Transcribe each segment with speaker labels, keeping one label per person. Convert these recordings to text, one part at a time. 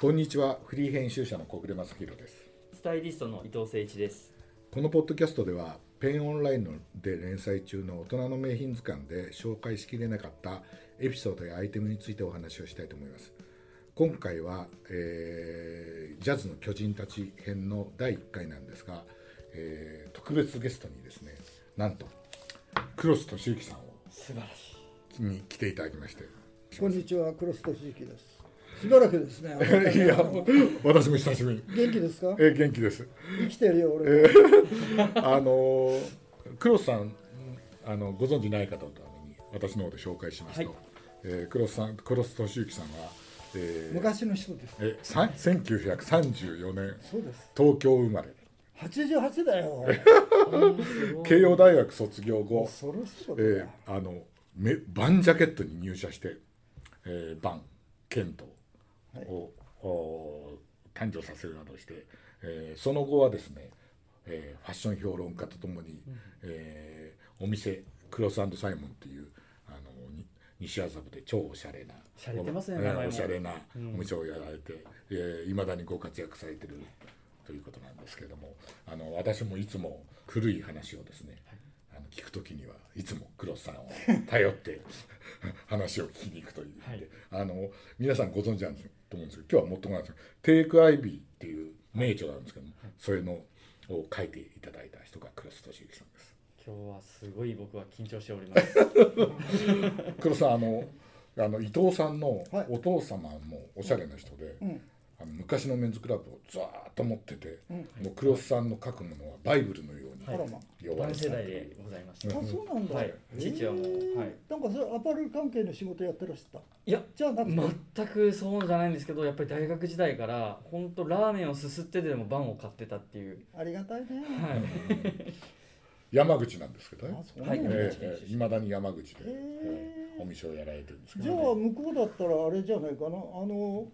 Speaker 1: こんにちはフリー編集者の小暮正弘です
Speaker 2: スタイリストの伊藤誠一です。
Speaker 1: このポッドキャストではペンオンラインので連載中の大人の名品図鑑で紹介しきれなかったエピソードやアイテムについてお話をしたいと思います今回は、えージャズの巨人たち編の第1回なんですが、えー特別ゲストにですねなんとクロス敏之さんを
Speaker 2: 素晴らしい。
Speaker 1: に来ていただきまして
Speaker 3: こんにちは、クロストシキです。しばらくですね。あな た ね
Speaker 1: いや私も久しぶりに
Speaker 3: 元気ですか
Speaker 1: え。ー元気です
Speaker 3: 生きてるよ、俺。
Speaker 1: あのクロスさんあのご存じない方のために私の方で紹介しますと、
Speaker 2: はい
Speaker 1: えークロスさんクロス俊之さんは、えー
Speaker 3: 昔の人です。
Speaker 1: えさ1934年
Speaker 3: そうです。
Speaker 1: 東京生まれ
Speaker 3: 八十八だよ。
Speaker 1: 慶応大学卒業後、
Speaker 3: そろそろ
Speaker 1: え
Speaker 3: だ。
Speaker 1: ーあのめバンジャケットに入社して、えー、バン剣道を、お誕生させるなどして、えーその後はですね、えーファッション評論家とともに、えーお店クロスサイモンっていうあのに西麻布で超おしゃれな
Speaker 2: 洒落てますね
Speaker 1: お
Speaker 2: 名前も
Speaker 1: おしゃれなお店をやられていま、えー未だにご活躍されてるということなんですけれどもあの私もいつも古い話をですね、あの聞くときにはいつも黒さんを頼って話を聞きに行くという、
Speaker 2: はい
Speaker 1: あの皆さんご存知なんですと思うんですけど今日はもっともなんですけどテイクアイビーっていう名著があるんですけども、それのを書いていただいた人が黒須俊之さんです。
Speaker 2: 今日はすごい僕は緊張しており ます。
Speaker 1: 黒さんあのあの伊藤さんの
Speaker 3: はい
Speaker 1: お父様もおしゃれな人で、
Speaker 3: ん
Speaker 1: あの昔のメンズクラブをずーっと持ってて、もう黒須さんの書くものはバイブルのように
Speaker 2: はい
Speaker 3: あらま
Speaker 1: 呼ば
Speaker 2: 同
Speaker 1: れて
Speaker 2: 世
Speaker 1: たと
Speaker 2: 代
Speaker 1: いう
Speaker 2: でございました。
Speaker 3: あ、そうなんだ。
Speaker 2: はい父はもうはい
Speaker 3: なんかそれアパレル関係の仕事やってらっしゃった。
Speaker 2: いや、
Speaker 3: じゃあなくて
Speaker 2: 全くそうじゃないんですけど、やっぱり大学時代から、本当ラーメンをすすってでもバンを買ってたっていう。
Speaker 3: ありがたいね。
Speaker 2: はい。
Speaker 1: 山口なんですけどね
Speaker 3: あ、。そうな
Speaker 2: はい
Speaker 3: んだ。
Speaker 1: ええええ、いまだに山口で、
Speaker 3: へえ
Speaker 1: ええお店をやられてるんですけ
Speaker 3: じゃあ
Speaker 1: ど、
Speaker 3: 向こうだったらあれじゃないかな。あの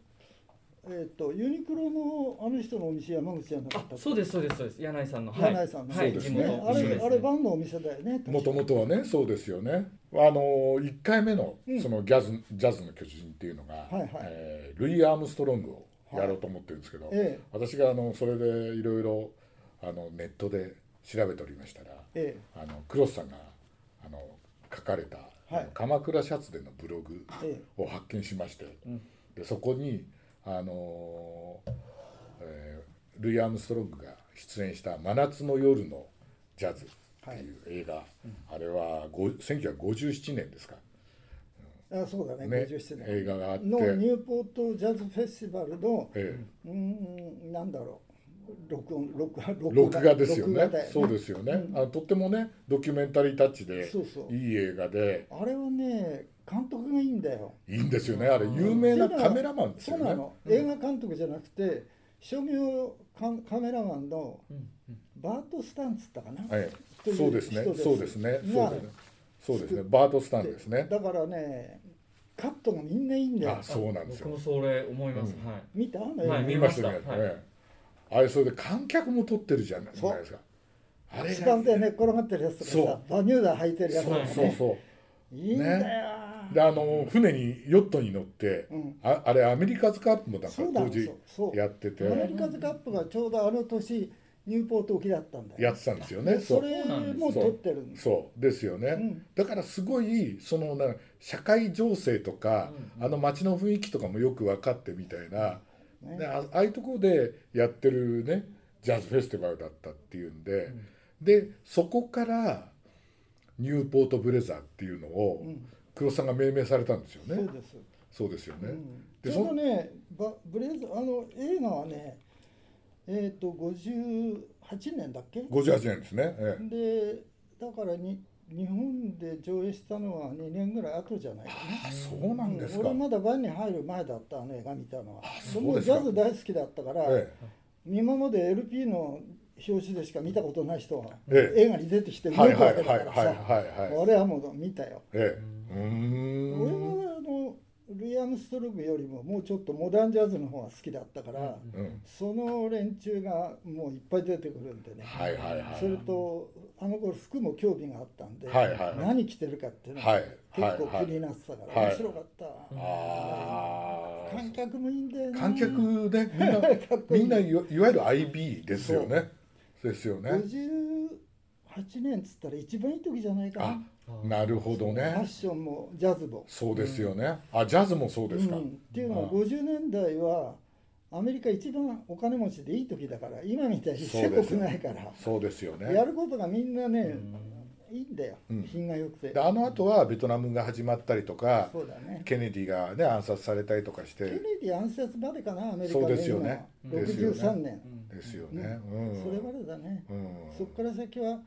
Speaker 3: えっとユニクロのあの人のお店山口じゃなか
Speaker 2: あ
Speaker 3: った、っけ。
Speaker 2: そうです、そうです、そうです。柳井さんの。はい
Speaker 3: 柳井さんの。
Speaker 2: はい、
Speaker 1: そうです
Speaker 2: 地
Speaker 1: ね
Speaker 2: 元。
Speaker 3: あ
Speaker 1: 一緒
Speaker 3: れ、
Speaker 1: です
Speaker 3: あれ、バンのお店だよね。
Speaker 1: もともとはねそうですよねあの1回目の
Speaker 3: うん
Speaker 1: そのジャズ、ジャズの巨人っていうのが、
Speaker 3: いはい
Speaker 1: ええルイ・アームストロングをやろうと思ってるんですけど、
Speaker 3: ええ
Speaker 1: 私があのそれでいろいろあのネットで調べておりましたら、
Speaker 3: ええ
Speaker 1: あのクロスさんがあの書かれた、
Speaker 3: はい
Speaker 1: あの鎌倉シャツでのブログ
Speaker 3: え
Speaker 1: を発見しまして、でそこにあのーえールイ・アームストロングが出演した「真夏の夜のジャズ」っていう映画、あれはご1957年ですか、
Speaker 3: あ、そうだね。
Speaker 1: ね
Speaker 3: 57年。
Speaker 1: 映画があって、
Speaker 3: のニューポートジャズフェスティバルの、
Speaker 1: ええ
Speaker 3: うーん、なんだろう、録音、録画、
Speaker 1: 録画ですよ
Speaker 3: 録画
Speaker 1: ね
Speaker 3: だよね
Speaker 1: そうですよね、あのとってもねドキュメンタリータッチで
Speaker 3: そうそう
Speaker 1: いい映画で
Speaker 3: あれはね、監督がいいんだよ。
Speaker 1: いいんですよねあれ有名なカメラマンですよ
Speaker 3: そうな
Speaker 1: ね
Speaker 3: の。映画監督じゃなくて、商業カカメラマンのバート・スタンツだったかな。
Speaker 1: はい
Speaker 3: とい
Speaker 1: そうですね
Speaker 3: 人
Speaker 1: そうですね
Speaker 3: が
Speaker 1: そうですねそうですねバート・スタンですね
Speaker 3: だからね、カットがみんないいんだよ
Speaker 1: あ。そうなんです
Speaker 2: 僕
Speaker 1: よ
Speaker 2: もそれ思います。はい。
Speaker 3: 見たあの映画
Speaker 2: はい
Speaker 1: 見ました
Speaker 2: 見
Speaker 1: ね
Speaker 2: ましたはい
Speaker 1: ええあれそれで観客も撮ってるじゃないじゃないですかあれ
Speaker 3: スパンで
Speaker 1: が
Speaker 3: ね、転がってるやつとかさ、バニューダ履いてるやつと
Speaker 1: そ
Speaker 3: か
Speaker 1: う
Speaker 3: ね。
Speaker 1: そうそう
Speaker 3: いいんだよ。
Speaker 1: であの船にヨットに乗って、
Speaker 3: うん
Speaker 1: ああれアメリカズカップもなんか
Speaker 3: そうだ
Speaker 1: 当時
Speaker 3: そうそう
Speaker 1: やってて
Speaker 3: アメリカズカップがちょうどあの年ニューポート沖だったんだよ。
Speaker 1: やってたんですよね
Speaker 3: でそ
Speaker 1: そう
Speaker 3: れも撮ってるんです。
Speaker 1: そうですよね、
Speaker 3: ん
Speaker 1: だからすごいそのな社会情勢とか、あの街の雰囲気とかもよく分かってみたいな、であああいうところでやってるねジャズフェスティバルだったっていうんで、でそこからニューポートブレザーっていうのを黒さんが命名されたんですよ
Speaker 3: そう
Speaker 1: ね、
Speaker 3: です。
Speaker 1: そうですよね、
Speaker 3: ち
Speaker 1: で
Speaker 3: ょ
Speaker 1: そ
Speaker 3: うどね、バブレザーあの映画はね、えっ、と58年だっけ？
Speaker 1: 58年ですね、ええ
Speaker 3: でだからに日本で上映したのは2年ぐらい後じゃないかな。
Speaker 1: あそうなんですか、
Speaker 3: 俺まだバンに入る前だったあの映画見たのは。
Speaker 1: そうです
Speaker 3: ジ
Speaker 1: か
Speaker 3: ャズ大好きだったから。
Speaker 1: ええ
Speaker 3: 今まで LP の表紙でしか見たことない人が
Speaker 1: ええ
Speaker 3: 映画に出てきて
Speaker 1: はい
Speaker 3: る
Speaker 1: はいは
Speaker 3: わけ
Speaker 1: い
Speaker 3: だからさ
Speaker 1: はいはいはい
Speaker 3: 俺はもう見たよ
Speaker 1: ええうーん
Speaker 3: 俺はあのルイ・アームストロングよりももうちょっとモダンジャズの方が好きだったから、
Speaker 1: うんうん
Speaker 3: その連中がもういっぱい出てくるんでね、
Speaker 1: はいはいはい
Speaker 3: それとあの頃服も興味があったんで、
Speaker 1: はいはいはい
Speaker 3: 何着てるかっていうの
Speaker 1: は
Speaker 3: が
Speaker 1: い
Speaker 3: 結構気になってたから、
Speaker 1: はい
Speaker 3: 面白かった、
Speaker 1: あ
Speaker 3: 観
Speaker 1: あ
Speaker 3: 客もいいんだよね
Speaker 1: 観客 でみんなみんないわいわゆる IB ですよねですよね
Speaker 3: 58年っつったら一番いい時じゃないか
Speaker 1: あ
Speaker 3: な
Speaker 1: なるほど
Speaker 3: ファッ
Speaker 1: ね
Speaker 3: ションもジャズも。
Speaker 1: そうですよねあジャズもそうですか
Speaker 3: うん、っていうのは
Speaker 1: うん
Speaker 3: 50年代はアメリカ一番お金持ちでいい時だから今みたいに
Speaker 1: そう
Speaker 3: せ
Speaker 1: で
Speaker 3: こ
Speaker 1: す
Speaker 3: く
Speaker 1: よ
Speaker 3: ないから、
Speaker 1: そうですよね
Speaker 3: やることがみんなね、いいんだよ、
Speaker 1: うん
Speaker 3: 品が良くて
Speaker 1: であの後はベトナムが始まったりとか
Speaker 3: そうだね
Speaker 1: ケネディがね暗殺されたりとかし
Speaker 3: ケネ
Speaker 1: て
Speaker 3: ディ暗殺までかなアメリカ
Speaker 1: そう
Speaker 3: の
Speaker 1: ですよね
Speaker 3: 今
Speaker 1: うんですよね
Speaker 3: 63年、
Speaker 1: ですよねうん
Speaker 3: それまでだね、
Speaker 1: うん
Speaker 3: そこから先は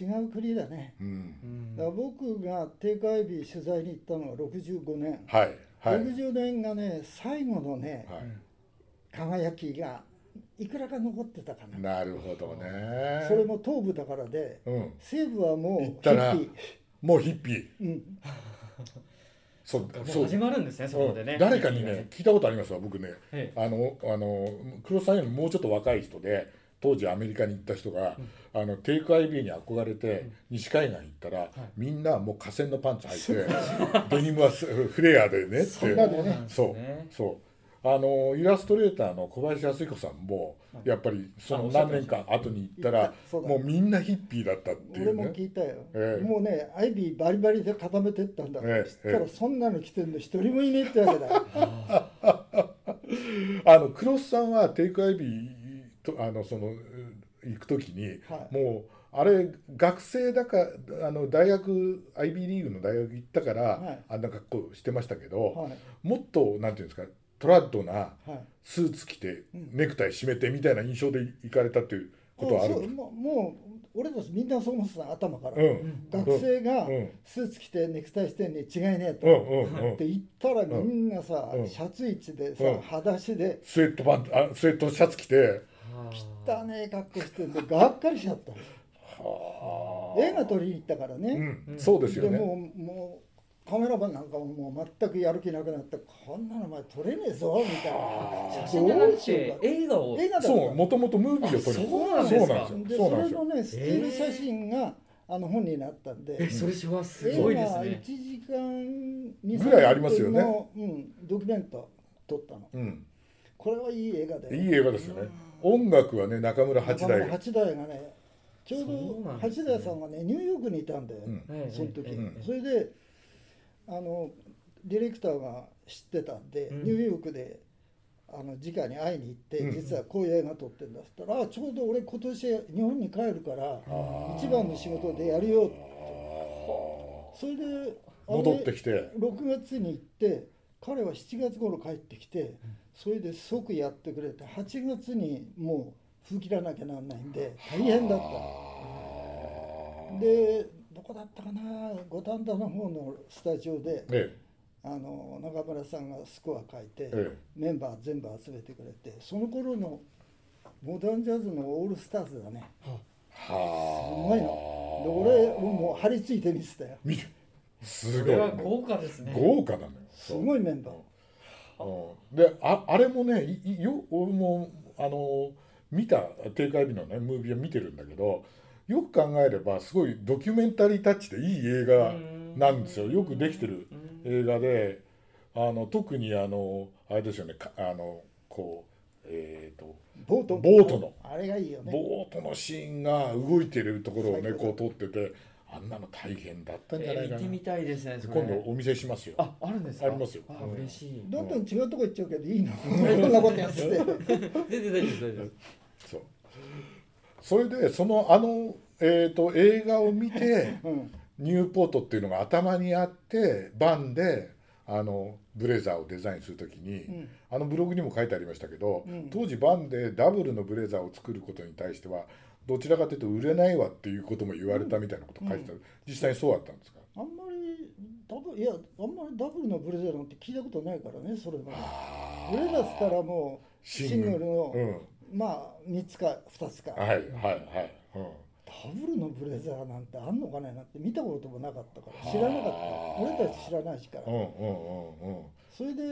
Speaker 3: 違う国だね、
Speaker 1: うん
Speaker 3: だから僕がテイクアイビー取材に行ったのは65年、
Speaker 1: はいはいはい
Speaker 3: 60年がね最後のね、輝きがいくらか残ってたかな
Speaker 1: なるほどね
Speaker 3: それも東部だからで
Speaker 1: うん
Speaker 3: 西部はもう
Speaker 1: 行ったら
Speaker 3: ヒッ
Speaker 1: もうヒッピー
Speaker 3: ピーうん、
Speaker 1: そう
Speaker 2: もう始まるんですねそこでね
Speaker 1: 誰かにね聞いたことありますわ僕ね
Speaker 2: ええ
Speaker 1: あのあの黒沢よりもうちょっと若い人で当時アメリカに行った人が、あのテイクアイビーに憧れて西海岸行ったら、みんなもう河川のパンツ履いてデニムはすフレアでねって
Speaker 3: そんなでね
Speaker 1: そうそうあのイラストレーターの小林靖彦さんもやっぱりその何年か後に行った
Speaker 3: 行っ
Speaker 1: ら
Speaker 3: たそうだ
Speaker 1: もうみんなヒッピーだったってい
Speaker 3: 俺
Speaker 1: う
Speaker 3: も
Speaker 1: ね
Speaker 3: 聞いたよ、
Speaker 1: ええ
Speaker 3: もうねアイビーバリバリで固めてったんだ、
Speaker 1: ええ
Speaker 3: そしたらそんなの着てんの一人もいねえってわけだ
Speaker 1: あのクロスさんはテイクアイビーとあのそのうん行く時に、
Speaker 3: はい
Speaker 1: もうあれ学生だかあの大学 IB リーグの大学行ったから、
Speaker 3: はい
Speaker 1: あんな格好してましたけど、
Speaker 3: はい
Speaker 1: もっとなんていうんですかトラッドな
Speaker 3: はい
Speaker 1: スーツ着て、
Speaker 3: うん
Speaker 1: ネクタイ締めてみたいな印象で行かれたっていうことはあるん
Speaker 3: そ
Speaker 1: で
Speaker 3: う
Speaker 1: すか
Speaker 3: もうもう俺たちみんなそう思ってた頭から、
Speaker 1: うん
Speaker 3: 学生が
Speaker 1: うん
Speaker 3: スーツ着てネクタイしてんに違いねえと、
Speaker 1: うんうんうん
Speaker 3: って言ったらみんなさ、
Speaker 1: うん
Speaker 3: シャツ一でさ、
Speaker 1: うん
Speaker 3: 裸足で
Speaker 1: スウェットパンツあスウェットシャツ着て
Speaker 3: 汚ねえ格好してんでがっかりしちゃった
Speaker 1: は
Speaker 3: 映画撮りに行ったからね、
Speaker 1: うん、そうですよね
Speaker 3: もうもうカメラマンなんかももう全くやる気なくなってこんなのお前撮れねえぞみたいな
Speaker 2: 写真じゃな
Speaker 3: ど
Speaker 2: く
Speaker 3: うしよ
Speaker 2: て
Speaker 3: うか
Speaker 2: 映画を
Speaker 3: 映画だった
Speaker 1: そうもともとムービーを撮る
Speaker 2: そうなんですか
Speaker 1: そうなんです
Speaker 3: で
Speaker 1: よそうな
Speaker 3: そ
Speaker 1: んですよ
Speaker 3: れのねスチール写真があの本になったんで
Speaker 2: えそれしはす
Speaker 3: 映
Speaker 2: ごいです
Speaker 3: 画1
Speaker 2: ね
Speaker 3: 時間に
Speaker 1: ぐらいありますよね
Speaker 3: うん、ドキュメント撮ったの
Speaker 1: うん
Speaker 3: これはいい映画で
Speaker 1: いい映画ですよね。音楽はね中村八大が。
Speaker 3: 八大がねちょう
Speaker 2: そうな
Speaker 3: ど
Speaker 2: んです
Speaker 3: 八
Speaker 2: ね
Speaker 3: 大さんがねニューヨークにいたんだよ、
Speaker 1: うん
Speaker 2: ええ
Speaker 3: その時、
Speaker 2: ええええ
Speaker 3: それであのディレクターが知ってたんで、
Speaker 2: うん
Speaker 3: ニューヨークであの直に会いに行って、
Speaker 1: うん
Speaker 3: 実はこういう映画撮ってんだっつったら、あちょうど俺今年日本に帰るから一番の仕事でやるよってそれであれ
Speaker 1: 戻ってきて。
Speaker 3: 6月に行って彼は7月頃帰ってきてそれで即やってくれて8月にもう封切らなきゃなんないんで大変だったでどこだったかな五反田の方のスタジオで
Speaker 1: え
Speaker 3: あの中村さんがスコア書いて
Speaker 1: え
Speaker 3: メンバー全部集めてくれてその頃のモダンジャズのオールスターズだね
Speaker 1: え。はあ。
Speaker 3: うまいので俺もう張り付いて見てたよ
Speaker 1: 見て。す
Speaker 2: そ
Speaker 1: ごい
Speaker 2: れ。は豪華ですね
Speaker 1: 豪華なのよ。
Speaker 3: すごいメンバー
Speaker 1: うんでああれもねいいよ俺もあの見た定会日のねムービーは見てるんだけどよく考えればすごいドキュメンタリータッチでいい映画なんですよよくできてる映画であの特にあのあれですよねかあのこうえっ、と
Speaker 3: ボート
Speaker 1: ボートの
Speaker 3: あれがいいよね
Speaker 1: ボートのシーンが動いてるところをね
Speaker 3: 最高
Speaker 1: こう撮っててあんなの大変だったんじゃない
Speaker 2: え
Speaker 1: か
Speaker 2: 見
Speaker 1: な
Speaker 2: てみたいですねそれ
Speaker 1: 今度お見せしますよ。
Speaker 2: ああるんですか
Speaker 1: ありますよ
Speaker 2: あ嬉しい
Speaker 3: どんどん違うとこ行っちゃうけどいいのこんなことや ってて
Speaker 2: 全然大丈夫です大丈夫です
Speaker 1: そうそれでそのあの、えー、と映画を見 て
Speaker 3: うん
Speaker 1: ニューポートっていうのが頭にあってバンであのブレザーをデザインするときに、
Speaker 3: ん
Speaker 1: あのブログにも書いてありましたけど、
Speaker 3: うん
Speaker 1: 当時バンでダブルのブレザーを作ることに対してはどちらかというと売れないわっていうことも言われたみたいなこと書いてた、実際にそうだったんですか
Speaker 3: あんまりダブルいやあんまりダブルのブレザーなんて聞いたことないからねそれはブレザーっつったらもうシングルの、
Speaker 1: うん
Speaker 3: まあ3つか2つか、
Speaker 1: はいはいはい、うん
Speaker 3: ブルのブレザーなんてあんのかねなんて見たこともなかったから知らなかった
Speaker 1: はあ
Speaker 3: 俺たち知らないしから
Speaker 1: うんうんうんうん
Speaker 3: それで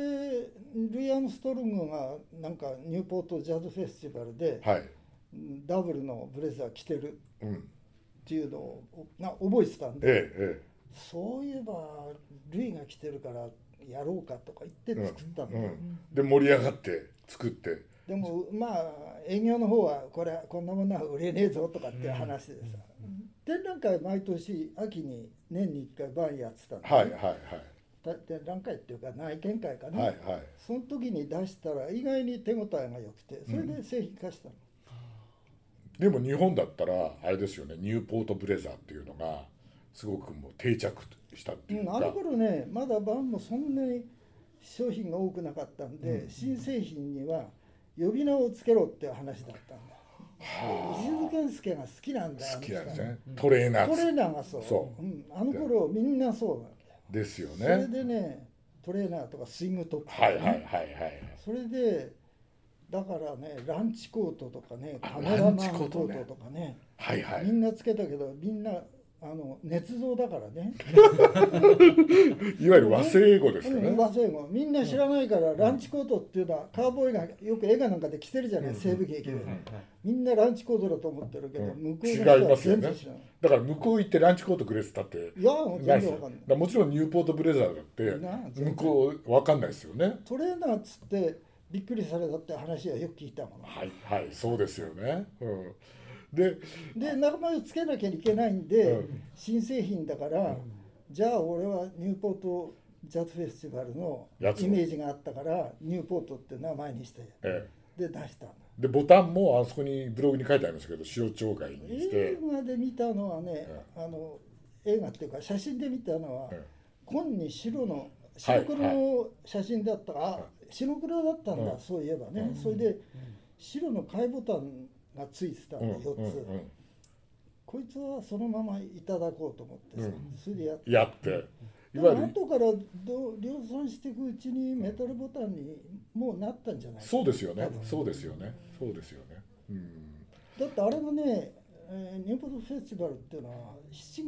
Speaker 3: ルイ・アームストロングがなんかニューポートジャズフェスティバルで
Speaker 1: はい
Speaker 3: うんダブルのブレザー着てるっ
Speaker 1: うん
Speaker 3: ていうのをな覚えてたん
Speaker 1: え
Speaker 3: で
Speaker 1: ええ
Speaker 3: そういえばルイが着てるからやろうかとか言って作った
Speaker 1: え
Speaker 3: ん
Speaker 1: う
Speaker 3: だよ
Speaker 1: んで盛り上がって作って
Speaker 3: でもまあ営業の方はこれこんなものは売れねえぞとかっていう話でさ、展覧会毎年秋に年に1回バーやってたんで、
Speaker 1: はいはいはい
Speaker 3: た展覧会っていうか内見会かな、
Speaker 1: はいはい
Speaker 3: その時に出したら意外に手応えが良くてそれで製品化したの、
Speaker 1: でも日本だったらあれですよねニューポートブレザーっていうのがすごくもう定着したっていう
Speaker 3: うん
Speaker 1: か、
Speaker 3: あの頃ねまだバンもそんなに商品が多くなかったんで、新製品には呼び名をつけろっていう話だったんだ石津健介が好きなんだよ
Speaker 1: 好きなんです
Speaker 3: あの人
Speaker 1: ねトレーナ
Speaker 3: トレー
Speaker 1: ー
Speaker 3: ナーがそう
Speaker 1: そう
Speaker 3: うん、あの頃みんなそうなんだよ
Speaker 1: ですよね
Speaker 3: それでねトレーナーとかスイングトップとか
Speaker 1: は
Speaker 3: ね、
Speaker 1: いはいはいはい
Speaker 3: それでだからねランチコートとかね
Speaker 1: あ
Speaker 3: カメラマン
Speaker 1: ランチ
Speaker 3: コ
Speaker 1: コー
Speaker 3: ー
Speaker 1: トね
Speaker 3: トとかね
Speaker 1: はいは
Speaker 3: み
Speaker 1: い
Speaker 3: んなつけたけどみんなあの捏造だからね
Speaker 1: いわゆる和製英語ですよ
Speaker 3: う
Speaker 1: ね
Speaker 3: ん和製語みんな知らないから、ランチコートっていうのはカーボーイがよく映画なんかで着てるじゃない、西部劇で、みんなランチコートだと思ってるけど、
Speaker 1: うん
Speaker 3: 向こうの人
Speaker 1: 違い
Speaker 3: は
Speaker 1: ますよ
Speaker 3: 全
Speaker 1: ね
Speaker 3: 然知らない。
Speaker 1: だから向こう行ってランチコートくれてたって
Speaker 3: いやもう
Speaker 1: ないで
Speaker 3: 全
Speaker 1: す
Speaker 3: 然
Speaker 1: よだか
Speaker 3: わかんない
Speaker 1: らもちろんニューポートブレザーだ
Speaker 3: な
Speaker 1: って
Speaker 3: 全然
Speaker 1: 向こうわかんないですよね
Speaker 3: トレーナーっつってびっくりされたって話はよく聞いたもの
Speaker 1: はいはいそうですよね、うん、で
Speaker 3: で名前を付けなきゃいけないんで、
Speaker 1: うん
Speaker 3: 新製品だから、じゃあ俺はニューポートジャズフェスティバルのイメ
Speaker 1: やつを
Speaker 3: ージがあったからニューポートって名前にして
Speaker 1: え
Speaker 3: で出したの
Speaker 1: えでボタンもあそこにブログに書いてありますけど塩町街にして
Speaker 3: 映、画で見たのはね、あの映画っていうか写真で見たのは、
Speaker 1: ええ
Speaker 3: 紺に白の白黒の写真だったから、あ白黒だったんだ、
Speaker 1: うん
Speaker 3: そういえばね、それで白の貝ボタンがついてたんだ、
Speaker 1: うん
Speaker 3: 4つ、
Speaker 1: うんうん、
Speaker 3: こいつはそのままいただこうと思ってさ、それでやっ
Speaker 1: やってい
Speaker 3: でも
Speaker 1: わゆる
Speaker 3: 後からどう量産していくうちにメタルボタンにもうなったんじゃない
Speaker 1: そうですよねそうですよねそうですよねうん
Speaker 3: だってあれがね、えーニューポートフェスティバルっていうのは7月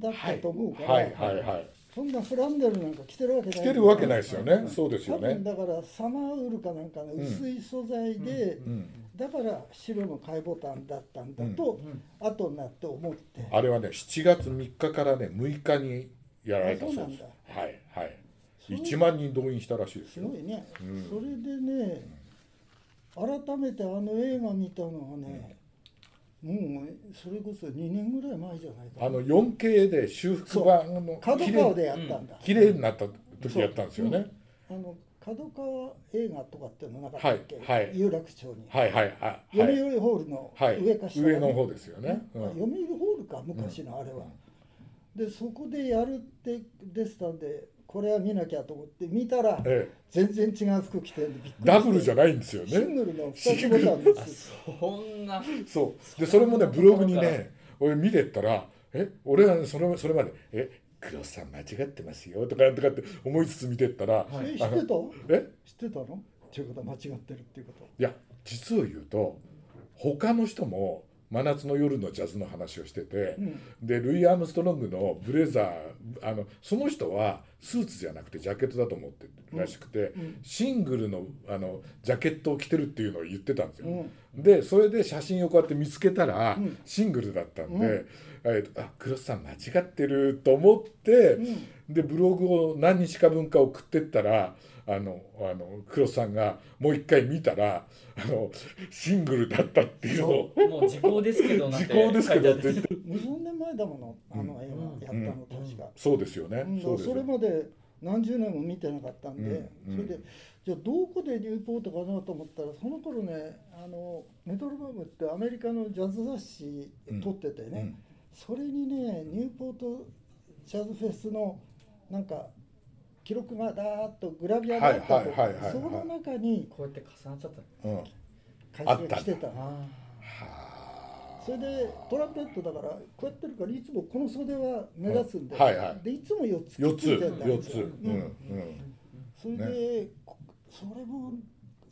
Speaker 3: だったと思うから、
Speaker 1: はいはいはい
Speaker 3: そんなフランデルなんか着てるわけない
Speaker 1: 着てるわけないですよねそうです
Speaker 3: 多
Speaker 1: よね
Speaker 3: 分だからサマーウールかなんかの薄い素材で、
Speaker 1: うん
Speaker 3: だから白の貝ボタンだったんだと、後になって思って、
Speaker 1: あれはね7月3日からね6日にやられたそうです
Speaker 3: あ
Speaker 1: はいはい
Speaker 3: そう
Speaker 1: 1万人動員したらしいです
Speaker 3: す
Speaker 1: よ
Speaker 3: ごいね、それでね改めてあの映画見たのはね、もうそれこそ2年ぐらい前じゃない
Speaker 1: あ
Speaker 3: かな
Speaker 1: の 4K で修復版の
Speaker 3: 角
Speaker 1: 綺
Speaker 3: 川
Speaker 1: 麗
Speaker 3: でやったんだ、
Speaker 1: 綺麗になった時やったんですよね
Speaker 3: あの角川映画とかっていうのなかったっけ、
Speaker 1: はいはい
Speaker 3: 有楽町に、
Speaker 1: はいはいはいは
Speaker 3: 読
Speaker 1: い
Speaker 3: 売ホールの
Speaker 1: はい
Speaker 3: 上か下かね
Speaker 1: 上の方ですよねうん
Speaker 3: まあ読売ホールか昔のあれは、でそこでやるってでしたんでこれは見なきゃと思って見たら
Speaker 1: ええ
Speaker 3: 全然違う服着てるんでびっくりして
Speaker 1: ダブルじゃないんですよ
Speaker 3: シン
Speaker 1: ね
Speaker 3: グルの2つボタンです
Speaker 2: そんな
Speaker 1: そうでそれもねブログに
Speaker 2: そんな
Speaker 1: ね俺見てったらえ俺はねそれそれまで「え黒さん間違ってますよ」とかとかって思いつつ見てったら、
Speaker 3: それ知って
Speaker 1: あ
Speaker 3: た
Speaker 1: のえ
Speaker 3: 知ってたのっていうことは間違ってるっていうこ
Speaker 1: いや実を言うと他の人も真夏の夜のジャズの話をしてて、でルイ・アームストロングのブレザーあのその人はスーツじゃなくてジャケットだと思ってるらしくて、シングルのあのジャケットを着てるっていうのを言ってたんですよ。でそれで写真をこうやって見つけたら、シングルだったんで、えっとあクロスさん間違ってると思って、でブログを何日か分か送ってったらあのあのクロスさんがもう一回見たらあのシングルだったっていうのを
Speaker 2: もう時効ですけどなん
Speaker 1: 時
Speaker 2: て
Speaker 1: 効ですけどって言って
Speaker 3: と23年前だものあの映画やったの確か、
Speaker 1: そうですよね、
Speaker 3: うん
Speaker 1: そうですよ
Speaker 3: それまで何十年も見てなかったんで、
Speaker 1: うんうん
Speaker 3: それでじゃあどこでニューポートかなと思ったらその頃ねあのメトロノームってアメリカのジャズ雑誌撮ってて
Speaker 1: う
Speaker 3: ね、
Speaker 1: ん
Speaker 3: それにねニューポートジャズフェスのなんか記録がだーっとグラビアであった
Speaker 1: はいはいはいはいはい
Speaker 3: その中に
Speaker 2: こうやって重なっちゃった
Speaker 1: うん、は
Speaker 3: 会
Speaker 1: あ
Speaker 3: 社
Speaker 1: ったんだ
Speaker 3: が来てた
Speaker 2: あ
Speaker 1: あ
Speaker 3: それでトランペットだからこうやってるからいつもこの袖は目立つんで、
Speaker 1: うんはいはい
Speaker 3: でいつも4つ
Speaker 1: 4つ
Speaker 3: ついてんだ
Speaker 1: 4つ、うん
Speaker 3: うん
Speaker 1: うん、
Speaker 3: それで、こそれも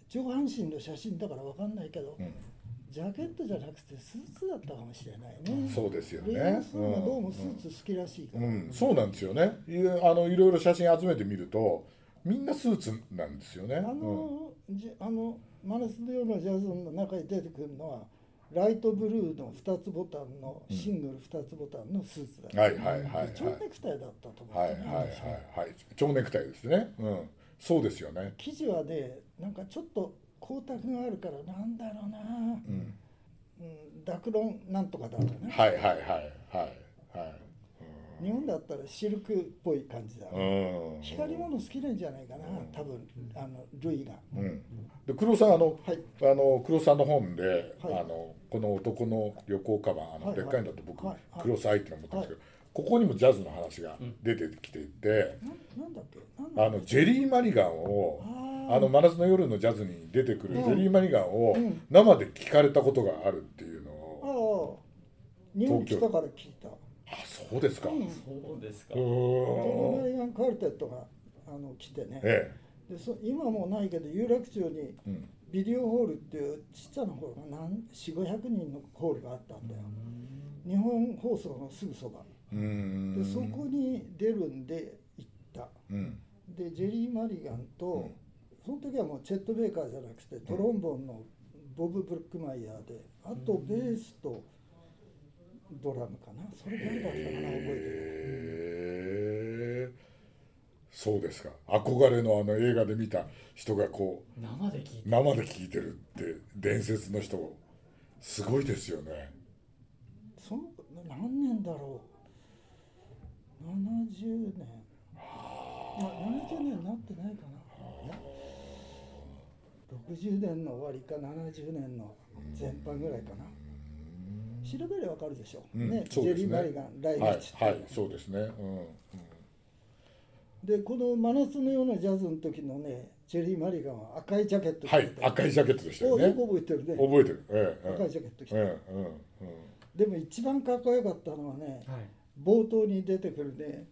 Speaker 3: 上半身の写真だからわかんないけど、
Speaker 1: うん
Speaker 3: ジャケットじゃなくてスーツだったかもしれないね。
Speaker 1: そうですよ
Speaker 3: レイ
Speaker 1: ね
Speaker 3: アンスーがどうもスーツ好きらしいか
Speaker 1: うん
Speaker 3: ら。
Speaker 1: うんそうなんですよねいあのいろいろ写真集めてみるとみんなスーツなんですよね、
Speaker 3: あ
Speaker 1: うん
Speaker 3: の、じあのマラスデオのジャズの中に出てくるのはライトブルーの二つボタンのシングル二つボタンのスーツだった。
Speaker 1: はいはいはいはい
Speaker 3: で蝶ネクタイだったと思う
Speaker 1: はいはいはいはい蝶ネクタイですねうんそうですよね
Speaker 3: 生地はねなんかちょっと光沢があるからなんだろうな、
Speaker 1: うん
Speaker 3: うん、ダクロンなんとかだったね、
Speaker 1: はいはいはいはいはい
Speaker 3: 日本だったらシルクっぽい感じだ、
Speaker 1: うん
Speaker 3: 光り物好きなんじゃないかな、多分あのルイが、
Speaker 1: うんで黒さんあの、
Speaker 3: はい
Speaker 1: あの黒さんの本で、
Speaker 3: はい
Speaker 1: あのこの男の旅行カバンあの、
Speaker 3: はい
Speaker 1: でっかいのだと僕、
Speaker 3: はいはい
Speaker 1: 黒さいっての持ってるんですけど、ここにもジャズの話が出てきていて、
Speaker 3: ななんだっけなん
Speaker 1: あのジェリー・マリガンを
Speaker 3: あー
Speaker 1: あの「真夏の夜のジャズ」に出てくるジ
Speaker 3: うん
Speaker 1: ェリー・マリガンを
Speaker 3: うん
Speaker 1: 生で聞かれたことがあるっていうの
Speaker 3: あ
Speaker 1: を、
Speaker 3: あ日本来たから聞いた
Speaker 1: あそうですか、う
Speaker 3: うん
Speaker 2: そうですか。
Speaker 3: ドラ
Speaker 1: ーん
Speaker 3: イガン・カルテットがあの来てね、
Speaker 1: え
Speaker 3: でそ今もうないけど有楽町に
Speaker 1: え、うん、
Speaker 3: ビデオホールっていうちっちゃなホールが何4 5 0 0人のホールがあったんだよ日本放送のすぐそば
Speaker 1: うーん
Speaker 3: でそこに出るんで行った
Speaker 1: うん
Speaker 3: でジェリー・マリガンと、
Speaker 1: うん
Speaker 3: その時はもうチェット・ベイカーじゃなくてトロンボンのボブ・ブルックマイヤーであとベースとドラムかなそれ誰だったかな覚え
Speaker 1: へえそうですか憧れのあの映画で見た人がこう
Speaker 2: 生で聞いて。
Speaker 1: 生で聴いてるって伝説の人すごいですよね
Speaker 3: てるその何年だろう70年いや70年になってないかないや60年の終わりか70年の前半ぐらいかな調べればわかるでしょ、
Speaker 1: うん
Speaker 3: ねジ
Speaker 1: そう
Speaker 3: ェ
Speaker 1: ですね
Speaker 3: リー・マリガン来
Speaker 1: はい
Speaker 3: 日って、
Speaker 1: はいそうですねうんうん
Speaker 3: でこの「真夏のようなジャズ」の時のねジェリー・マリガンは赤いジャケット着
Speaker 1: はい
Speaker 3: てた、
Speaker 1: 赤いジャケットでしたよ
Speaker 3: お
Speaker 1: ね
Speaker 3: よ
Speaker 1: 覚
Speaker 3: く覚えてるね
Speaker 1: えてるええええ
Speaker 3: 赤いジャケット着て
Speaker 1: ええええ
Speaker 3: でも一番かっこよかったのはね
Speaker 2: はい。
Speaker 3: 冒頭に出てくるね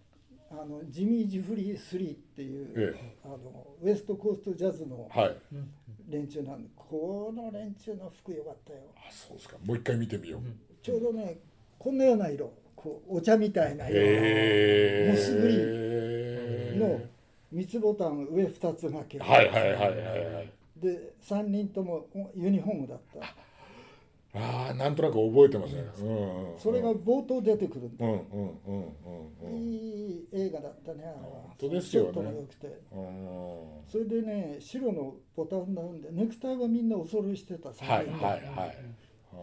Speaker 3: あのジミー・ジフリー3っていう、
Speaker 1: ええ
Speaker 3: あのウエストコーストジャズの
Speaker 1: うんはい
Speaker 2: うん
Speaker 3: 連中なんでこの連中の服良かったよ
Speaker 1: あそうですかもう一回見てみよう
Speaker 3: ちょうどねこんなような色こうお茶みたいな色
Speaker 1: へえ
Speaker 3: モスグリ
Speaker 1: ー
Speaker 3: の三つボタン上二つ掛け、
Speaker 1: はいはいはいはいはい
Speaker 3: で三人ともユニフォームだった
Speaker 1: ああなんとなく覚えてますねうんうんうん
Speaker 3: それが冒頭出てくるんだ
Speaker 1: うんうんうんうんうん
Speaker 3: いい映画だったねあれは
Speaker 1: 本当ですよね
Speaker 3: ショットも良くて
Speaker 1: うん
Speaker 3: それでね白のボタンなんでネクタイはみんなお揃いしてた三
Speaker 1: はい
Speaker 3: 人
Speaker 1: はいはいあ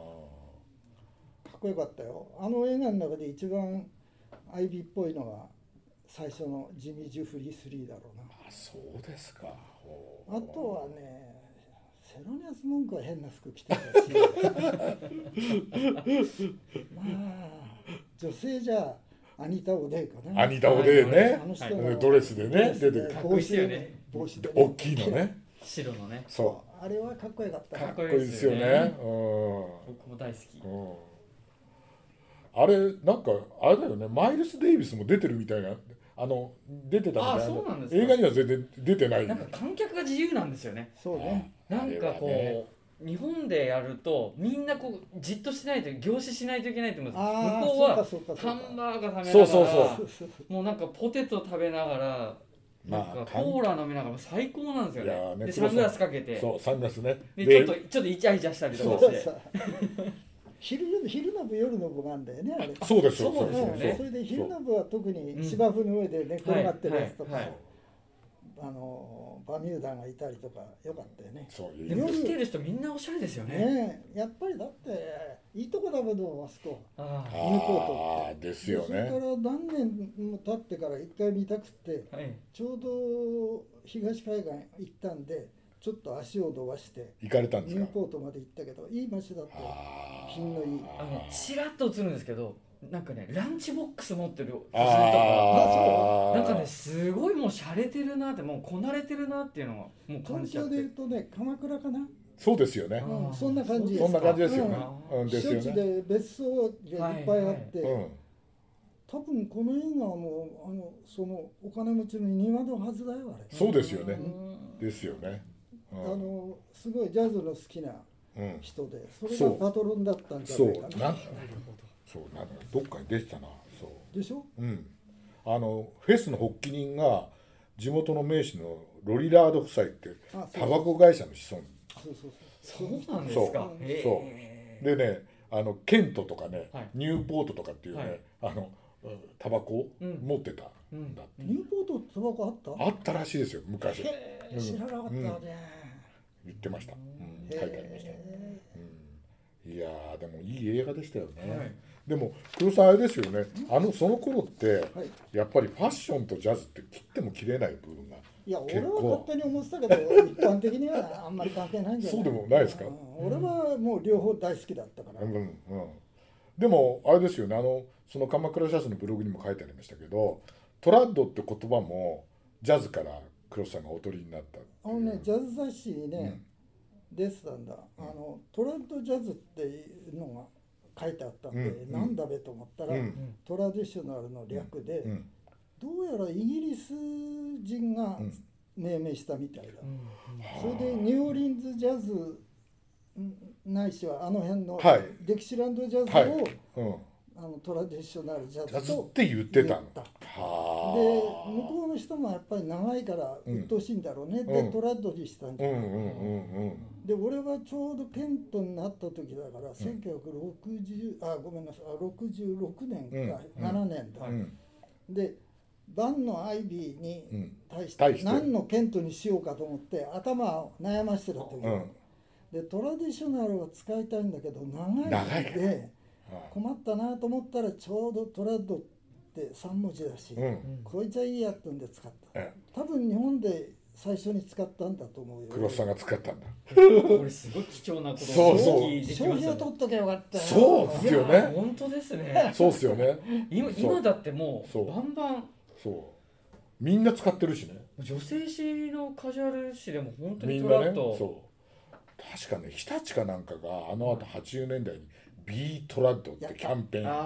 Speaker 3: かっこよかったよあの映画の中で一番アイビーっぽいのは最初のジミー・ジュフリー3だろうな
Speaker 1: ーそうですかほう
Speaker 3: あとはね、セロニアス文句は変な服 着てたし、まあ、女性じゃアニタ・オデイかな。
Speaker 1: アニタオデーね
Speaker 3: あの人
Speaker 2: はい
Speaker 3: の
Speaker 1: ドレスでね出てく
Speaker 3: で
Speaker 1: る
Speaker 2: かっこいいですよね
Speaker 3: 帽子で、
Speaker 1: 大きいの。ね
Speaker 2: 白のね。
Speaker 1: そ
Speaker 3: あれはかっこよかっ
Speaker 1: う
Speaker 3: た
Speaker 1: か
Speaker 3: な
Speaker 1: っこいいですよねう
Speaker 2: 僕も大好き。
Speaker 1: んうんあれなんかあれだよねマイルス・デイビスも出てるみたいなあの出てたみたい
Speaker 2: あそうなんですか
Speaker 1: 映画には全然出てない
Speaker 2: なんか観客が自由なんですよね。
Speaker 3: そうね。
Speaker 2: なんか
Speaker 1: あれはね
Speaker 2: こう、日本でやるとみんなこうじっとしてないと凝視しないといけないと思うん
Speaker 3: あ
Speaker 2: です
Speaker 3: あ、
Speaker 2: 向こ
Speaker 3: そうか
Speaker 2: う
Speaker 3: そうか
Speaker 2: は
Speaker 3: そ
Speaker 2: ハ
Speaker 3: う
Speaker 2: ン
Speaker 3: か。
Speaker 2: バーガー食べながら
Speaker 1: そうそうそう
Speaker 2: もうなんかポテト食べながら
Speaker 1: ま
Speaker 2: な
Speaker 1: あ
Speaker 2: んかコーラ飲みながら最高なんですよね
Speaker 1: いやーね
Speaker 2: で
Speaker 1: 黒さ
Speaker 2: サ
Speaker 1: ん
Speaker 2: ングラスかけて
Speaker 1: そうサングラスね
Speaker 2: でちょっとちょっとイチャイチャしたりと
Speaker 3: そ
Speaker 2: か
Speaker 3: うそ
Speaker 2: し
Speaker 3: う
Speaker 2: て
Speaker 3: さ昼昼の部夜の部があるんだよねあれ。
Speaker 1: そうですよ
Speaker 2: そうですよね
Speaker 1: そう
Speaker 3: そ
Speaker 1: そう
Speaker 3: れで昼の部は特に芝生の上で寝転がってるやつとか、
Speaker 2: はいはい
Speaker 3: あのバミューダがいたりとかよかったよね。
Speaker 1: そういい
Speaker 2: で
Speaker 1: です
Speaker 2: も
Speaker 1: よ
Speaker 2: 来てる人みんなおしゃれですよね
Speaker 3: ねえやっぱりだっていいとこだものあそこ。
Speaker 2: あ
Speaker 1: あ
Speaker 2: あ
Speaker 1: あーですよ
Speaker 3: それ
Speaker 1: ね
Speaker 3: から何年も経ってから一回見たくて
Speaker 2: はい
Speaker 3: ちょうど東海岸行ったんでちょっと足を伸ばして
Speaker 1: 行かれたんで
Speaker 3: ニ
Speaker 1: す
Speaker 3: ュー
Speaker 1: か
Speaker 3: ポートまで行ったけどいい街だったよ
Speaker 1: あー
Speaker 3: 品のいい
Speaker 2: あのちらっと映るんですけどなんかねランチボックス持ってる夫人とか
Speaker 1: あー
Speaker 2: なんかねすごいもう洒落てるなってもうこなれてるなっていうのがもう感
Speaker 3: 東
Speaker 2: じちゃっ
Speaker 3: 京
Speaker 2: て
Speaker 3: でいうとね鎌倉かな
Speaker 1: そうですよね
Speaker 2: あ。
Speaker 3: う
Speaker 2: ー
Speaker 3: んそんな感じ
Speaker 1: そんな感じですよね。
Speaker 2: うん
Speaker 1: うん、
Speaker 3: 避
Speaker 1: ですよ
Speaker 3: 暑地
Speaker 1: ね。
Speaker 3: で別荘がいっぱいあって、
Speaker 1: うん。
Speaker 3: 多分この映画はもうあのそのお金持ちの庭のはずだよあれ
Speaker 1: そうですよね
Speaker 2: う。ん
Speaker 1: ですよね。う
Speaker 3: あ
Speaker 1: ん
Speaker 3: のすごいジャズの好きな
Speaker 1: ううん、
Speaker 3: 人でそれ
Speaker 1: そ
Speaker 3: が
Speaker 1: う
Speaker 3: パトロンだったんじゃ
Speaker 1: そ
Speaker 3: な
Speaker 1: う
Speaker 3: いか
Speaker 1: な
Speaker 3: なん
Speaker 1: そうなんだどっかに出てたなそう
Speaker 3: でしょ
Speaker 1: うん、あのフェスの発起人が地元の名士のロリラード夫妻って
Speaker 3: あそう
Speaker 1: タバコ会社の子孫
Speaker 3: そうそう
Speaker 2: そうなんですか
Speaker 1: そう
Speaker 2: へ
Speaker 1: そう
Speaker 2: え
Speaker 1: でねあのケントとかね、
Speaker 2: はい
Speaker 1: ニューポートとかっていうね、あのタバコを
Speaker 2: うん
Speaker 1: 持ってたんだ、
Speaker 3: ニューポートってタバコあった
Speaker 1: あったらしいですよ昔言
Speaker 3: へえ知らなかったね、
Speaker 1: ってました、うん、
Speaker 3: へ
Speaker 1: 書いてありましたよ、
Speaker 3: え
Speaker 1: うん、いやーでもいい映画でしたよね、
Speaker 2: はい
Speaker 1: でも黒さんあれですよねあのその頃って、
Speaker 3: はい
Speaker 1: やっぱりファッションとジャズって切っても切れない部分が
Speaker 3: いや俺
Speaker 1: 結
Speaker 3: は
Speaker 1: 構
Speaker 3: 勝手に思ってたけど一般的にはあんまり関係ないんじゃな
Speaker 1: そ
Speaker 3: い
Speaker 1: うでもないですか
Speaker 3: うん俺はもう両方大好きだったから、
Speaker 1: うんうん、でもあれですよねあのその鎌倉シャツのブログにも書いてありましたけどトラッドって言葉もジャズから黒瀬さんがおとりになったって
Speaker 3: あ
Speaker 1: いう
Speaker 3: のねジャズ雑誌にね、出てたんだあのトランドジャズっていうのが書いてあったんで、
Speaker 1: うん
Speaker 3: なんだべと思ったら、
Speaker 1: うん
Speaker 3: トラディショナルの略で、
Speaker 1: うん
Speaker 3: どうやらイギリス人が
Speaker 1: うん
Speaker 3: 命名したみたいだ、
Speaker 2: うん
Speaker 3: それでニューオーリンズジャズんないしはあの辺の
Speaker 1: はい
Speaker 3: デキシランドジャズを、
Speaker 1: はい、うん、
Speaker 3: あのトラディショナルジャズ
Speaker 1: ジャ
Speaker 3: と
Speaker 1: ズって言ってたの
Speaker 3: 言ったで向
Speaker 1: は
Speaker 3: こうの人もやっぱり長いから
Speaker 1: うん
Speaker 3: 鬱陶しいんだろうね、
Speaker 1: うん
Speaker 3: でトラッドにしたん
Speaker 1: あう
Speaker 3: じゃ
Speaker 1: ん
Speaker 3: な
Speaker 1: うん
Speaker 3: い、
Speaker 1: うんうん
Speaker 3: で俺はちょうどケントになった時だから、1960あごめんなさいあ66年か、
Speaker 1: うん
Speaker 3: 7年だ、
Speaker 1: うん
Speaker 3: でバンのアイビーに
Speaker 1: うん
Speaker 3: 対し
Speaker 1: 対
Speaker 3: て
Speaker 1: して
Speaker 3: 何のケントにしようかと思って頭を悩ましてた時、
Speaker 1: うん
Speaker 3: でトラディショナルは使いたいんだけど長いの
Speaker 1: 長いか
Speaker 3: で
Speaker 1: はい
Speaker 3: 困ったなと思ったらちょうどトラッドって3文字だし、
Speaker 1: うん
Speaker 3: こいつはいいやってんで使った
Speaker 1: え
Speaker 3: 多分日本で最初に使ったんだと思うよ
Speaker 1: 黒瀬さんが使ったんだ
Speaker 2: これすごい貴重なこと
Speaker 1: そうそう
Speaker 2: 聞いてき
Speaker 3: 商
Speaker 2: ました
Speaker 3: 品を
Speaker 2: ね
Speaker 3: 取っとけばよかったよ
Speaker 1: そうですよね
Speaker 2: いやー本当ですね
Speaker 1: そうっすよね
Speaker 2: 今
Speaker 1: そう
Speaker 2: 今だっても
Speaker 1: そうう
Speaker 2: バンバン
Speaker 1: そうみんな使ってるしね
Speaker 2: 女性誌のカジュアル誌でも本当
Speaker 1: み
Speaker 2: に
Speaker 1: ん
Speaker 2: ト
Speaker 1: な
Speaker 2: ラ
Speaker 1: ね
Speaker 2: ッと
Speaker 1: そう確かね日立かなんかがあの後80年代に B トラッドってキャンペーン
Speaker 2: あ
Speaker 3: やっ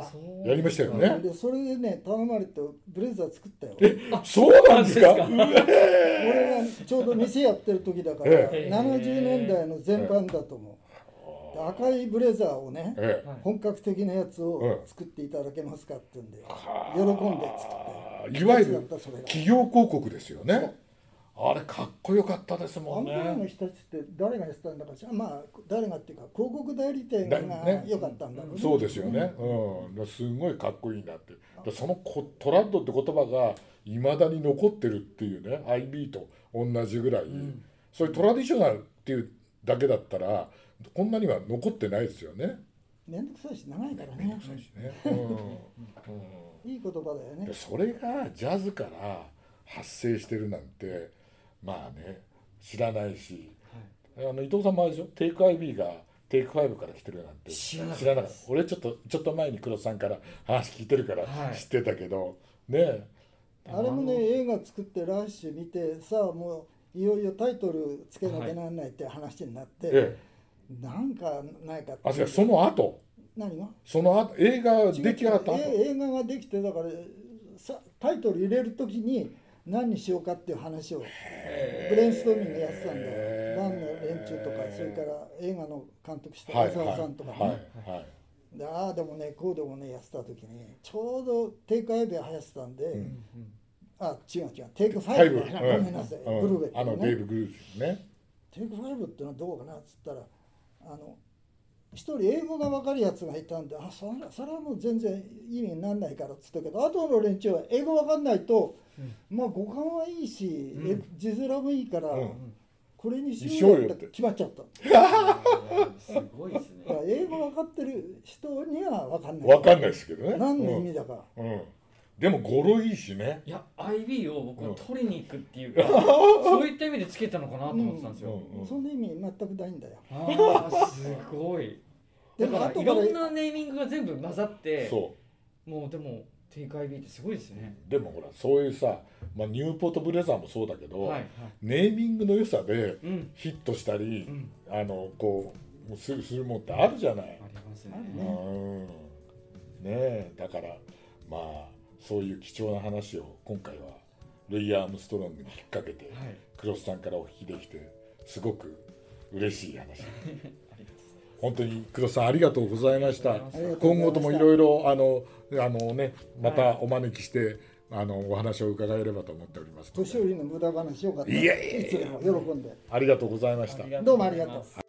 Speaker 2: あ
Speaker 3: た
Speaker 2: そう
Speaker 1: やりましたよね
Speaker 3: でそれでね頼まれてブレザー 作ったよ
Speaker 1: そうなんですか
Speaker 2: そう
Speaker 1: うえ
Speaker 3: 俺がちょうど店やってる時だから
Speaker 1: え
Speaker 2: え
Speaker 3: 70年代の前半だと思うで赤いブレザーをね
Speaker 1: ええ
Speaker 2: はい
Speaker 3: 本格的なやつを
Speaker 1: うん
Speaker 3: 作っていただけますかって言うんで喜
Speaker 1: は
Speaker 3: ん
Speaker 1: あ
Speaker 3: で作って
Speaker 1: いわゆ
Speaker 3: だ
Speaker 1: る
Speaker 3: ったそれが
Speaker 1: 企業広告ですよねあれかっこよかったです
Speaker 3: あ
Speaker 1: もん
Speaker 3: の頃の
Speaker 1: ね
Speaker 3: 人たちって誰がやってたんだかしらまあ誰がっていうか広告代理店が
Speaker 1: ね
Speaker 3: 良かったんだろうね
Speaker 1: そうですよね、うん、すごいかっこいいなってでそのこトラッドって言葉がいまだに残ってるっていうね IB と同じぐらい、
Speaker 2: ん
Speaker 1: そういうトラディショナルっていうだけだったらこんなには残ってないですよね。
Speaker 3: めんどくさいし長いから
Speaker 1: めんど
Speaker 3: ね
Speaker 1: くさいしねうんうん
Speaker 3: いい言葉だよね
Speaker 1: でそれがジャズから発生してるなんてまあね知らないしあの伊藤さんもあれでしょテイクアイビーがテイクファイブから来てるなんて
Speaker 2: 知らなかったです
Speaker 1: 知らなかった俺ちょっとちょっと前に黒田さんから話聞いてるから
Speaker 2: はい
Speaker 1: 知ってたけど、ね
Speaker 3: あれもね映画作ってラッシュ見てさあもういよいよタイトルつけなきゃなんないって話になって、
Speaker 1: ええ
Speaker 3: なんかないかって
Speaker 1: あそうかその後
Speaker 3: 何が
Speaker 1: その後映画出来上がった後
Speaker 3: 違うえ映画ができてだからさタイトル入れる時に何にしようかっていう話をブレインストーミングやってたんだ
Speaker 1: へー
Speaker 3: よバンの連中とかそれから映画の監督した
Speaker 1: はい
Speaker 3: 小
Speaker 1: はい
Speaker 3: 沢さんとかね、
Speaker 1: はいはい
Speaker 3: でああでもねこうでもねやってた時にちょうどテイクアイビー流行ってたんで、あ違う違うテイクファイブだなごめんなさい、
Speaker 1: うん
Speaker 3: ブルーベット
Speaker 1: あのデイブ・グルーズね
Speaker 3: テイクファイブってのはどうかなっつったらあの一人英語が分かるやつがいたんであそれそれはもう全然意味にならないからっつったけど後の連中は英語分かんないと、まあ語感はいいし、
Speaker 2: うん
Speaker 3: え字面もいいから、
Speaker 1: うん
Speaker 3: これにしようよ
Speaker 1: しようよ
Speaker 3: っ
Speaker 1: ってて
Speaker 3: 決まっちゃった
Speaker 2: すごいですね
Speaker 3: だから英語分かってる人には分かんない
Speaker 1: わかんないですけどね
Speaker 3: 何の意味だか、
Speaker 1: うんうん、でも語呂いいしね
Speaker 2: いや IB を僕
Speaker 1: う
Speaker 2: は
Speaker 1: ん
Speaker 2: 取りに行くっていうかそういった意味でつけたのかなと思ってたんですよ
Speaker 1: うんうん
Speaker 3: その意味全くないんだよ
Speaker 2: ああすごい
Speaker 3: で
Speaker 2: だ
Speaker 3: も
Speaker 2: から
Speaker 3: 後
Speaker 2: い
Speaker 3: か
Speaker 2: ろ
Speaker 3: ら
Speaker 2: んなネーミングが全部混ざって
Speaker 1: そ
Speaker 2: もうでもテイク IB ってすごいですね
Speaker 1: うでもほらそういうさ、まあ、ニューポートブレザーもそうだけど、
Speaker 2: はいはい
Speaker 1: ネーミングの良さで
Speaker 2: うん
Speaker 1: ヒットしたり
Speaker 2: う、ん
Speaker 1: あのこうするするもんってあるじゃない
Speaker 2: あ。ります
Speaker 3: ある
Speaker 1: う
Speaker 2: ね
Speaker 3: ね
Speaker 1: んねえだからまあそういう貴重な話を今回はルイ・アームストロングに引っ掛けて
Speaker 2: はい
Speaker 1: クロスさんからお聞きできてすごく嬉 しい話本当に黒さんありがとうございました今後ともいろいろあのあのねまたお招きして、あのお話を伺えればと思っておりますので
Speaker 3: 年寄りの無駄話よかった
Speaker 1: いやいやいや
Speaker 3: つでも喜んで
Speaker 1: ありがとうございました
Speaker 2: ありがと
Speaker 3: どう
Speaker 2: ご
Speaker 3: もあ
Speaker 2: ざ
Speaker 3: り
Speaker 2: い
Speaker 3: が
Speaker 2: ま
Speaker 3: とう
Speaker 2: す